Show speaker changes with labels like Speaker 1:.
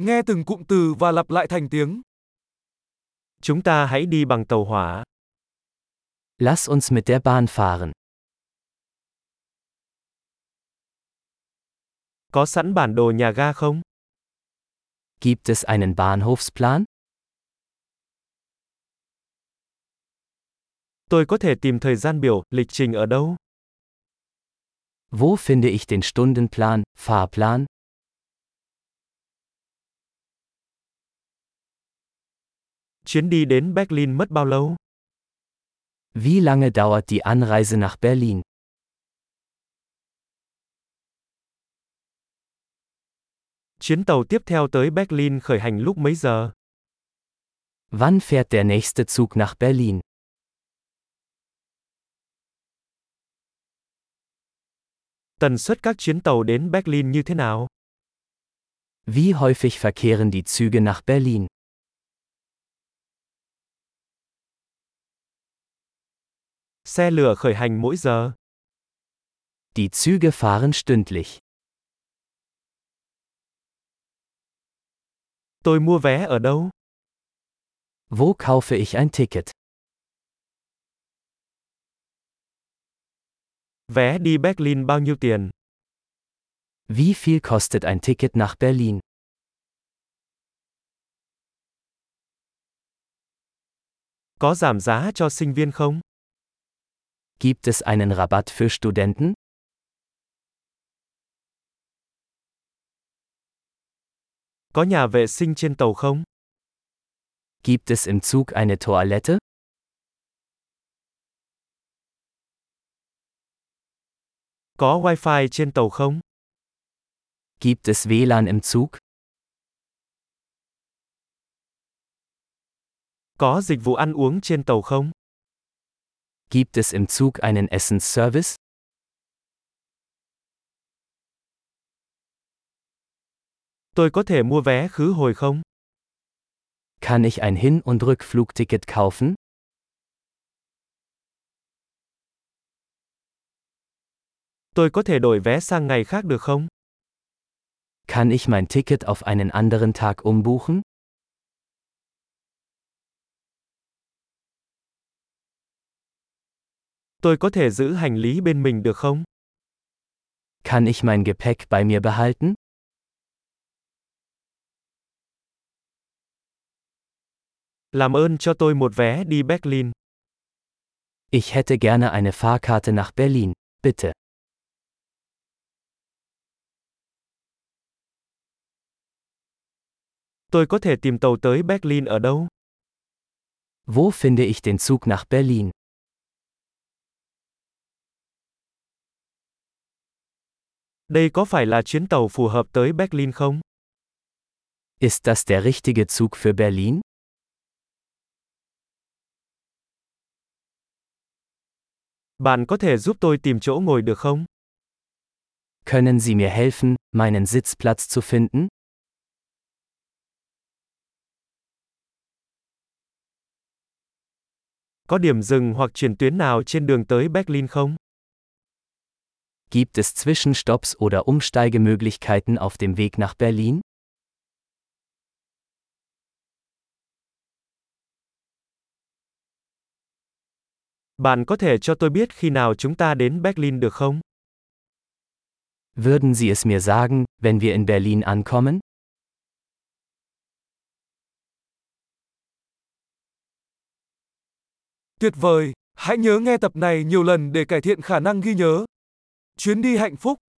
Speaker 1: Nghe từng cụm từ và lặp lại thành tiếng.
Speaker 2: Chúng ta hãy đi bằng tàu hỏa.
Speaker 3: Lass uns mit der Bahn fahren.
Speaker 2: Có sẵn bản đồ nhà ga không?
Speaker 3: Gibt es einen Bahnhofsplan?
Speaker 2: Tôi có thể tìm thời gian biểu, lịch trình ở đâu?
Speaker 3: Wo finde ich den Stundenplan, Fahrplan?
Speaker 2: Chuyến đi đến Berlin mất bao lâu?
Speaker 3: Wie lange dauert die Anreise nach Berlin?
Speaker 2: Chuyến tàu tiếp theo tới Berlin khởi hành lúc mấy giờ?
Speaker 3: Wann fährt der nächste Zug nach Berlin?
Speaker 2: Tần suất các chuyến tàu đến Berlin như thế nào?
Speaker 3: Wie häufig verkehren die Züge nach Berlin?
Speaker 2: Xe lửa khởi hành mỗi giờ.
Speaker 3: Die Züge fahren stündlich.
Speaker 2: Tôi mua vé ở đâu?
Speaker 3: Wo kaufe ich ein Ticket?
Speaker 2: Vé đi Berlin bao nhiêu tiền?
Speaker 3: Wie viel kostet ein Ticket nach Berlin?
Speaker 2: Có giảm giá cho sinh viên không?
Speaker 3: Gibt es einen Rabatt für Studenten?
Speaker 2: Có nhà vệ sinh trên tàu không?
Speaker 3: Gibt es im Zug eine Toilette?
Speaker 2: Có wifi trên tàu không?
Speaker 3: Gibt es WLAN im Zug?
Speaker 2: Có dịch vụ ăn uống trên tàu không?
Speaker 3: Gibt es im Zug einen Essensservice?
Speaker 2: Tôi có thể mua vé khứ hồi không?
Speaker 3: Kann ich ein Hin- und Rückflugticket kaufen?
Speaker 2: Tôi có thể đổi vé sang ngày khác được không?
Speaker 3: Kann ich mein Ticket auf einen anderen Tag umbuchen?
Speaker 2: Tôi có thể giữ hành lý bên mình được không?
Speaker 3: Kann ich mein Gepäck bei mir behalten?
Speaker 2: Làm ơn cho tôi một vé đi Berlin.
Speaker 3: Ich hätte gerne eine Fahrkarte nach Berlin, bitte.
Speaker 2: Tôi có thể tìm tàu tới Berlin ở đâu?
Speaker 3: Wo finde ich den Zug nach Berlin?
Speaker 2: Đây có phải là chuyến tàu phù hợp tới Berlin không?
Speaker 3: Ist das der richtige Zug für Berlin?
Speaker 2: Bạn có thể giúp tôi tìm chỗ ngồi được không?
Speaker 3: Können Sie mir helfen, meinen Sitzplatz zu finden?
Speaker 2: Có điểm dừng hoặc chuyển tuyến nào trên đường tới Berlin không?
Speaker 3: Gibt es Zwischenstopps oder Umsteigemöglichkeiten auf dem Weg nach Berlin?
Speaker 2: Bạn có thể cho tôi biết khi nào chúng ta đến Berlin được không?
Speaker 3: Würden Sie es mir sagen, wenn wir in Berlin ankommen?
Speaker 1: Tuyệt vời! Hãy nhớ nghe tập này nhiều lần để cải thiện khả năng ghi nhớ. Chuyến đi hạnh phúc!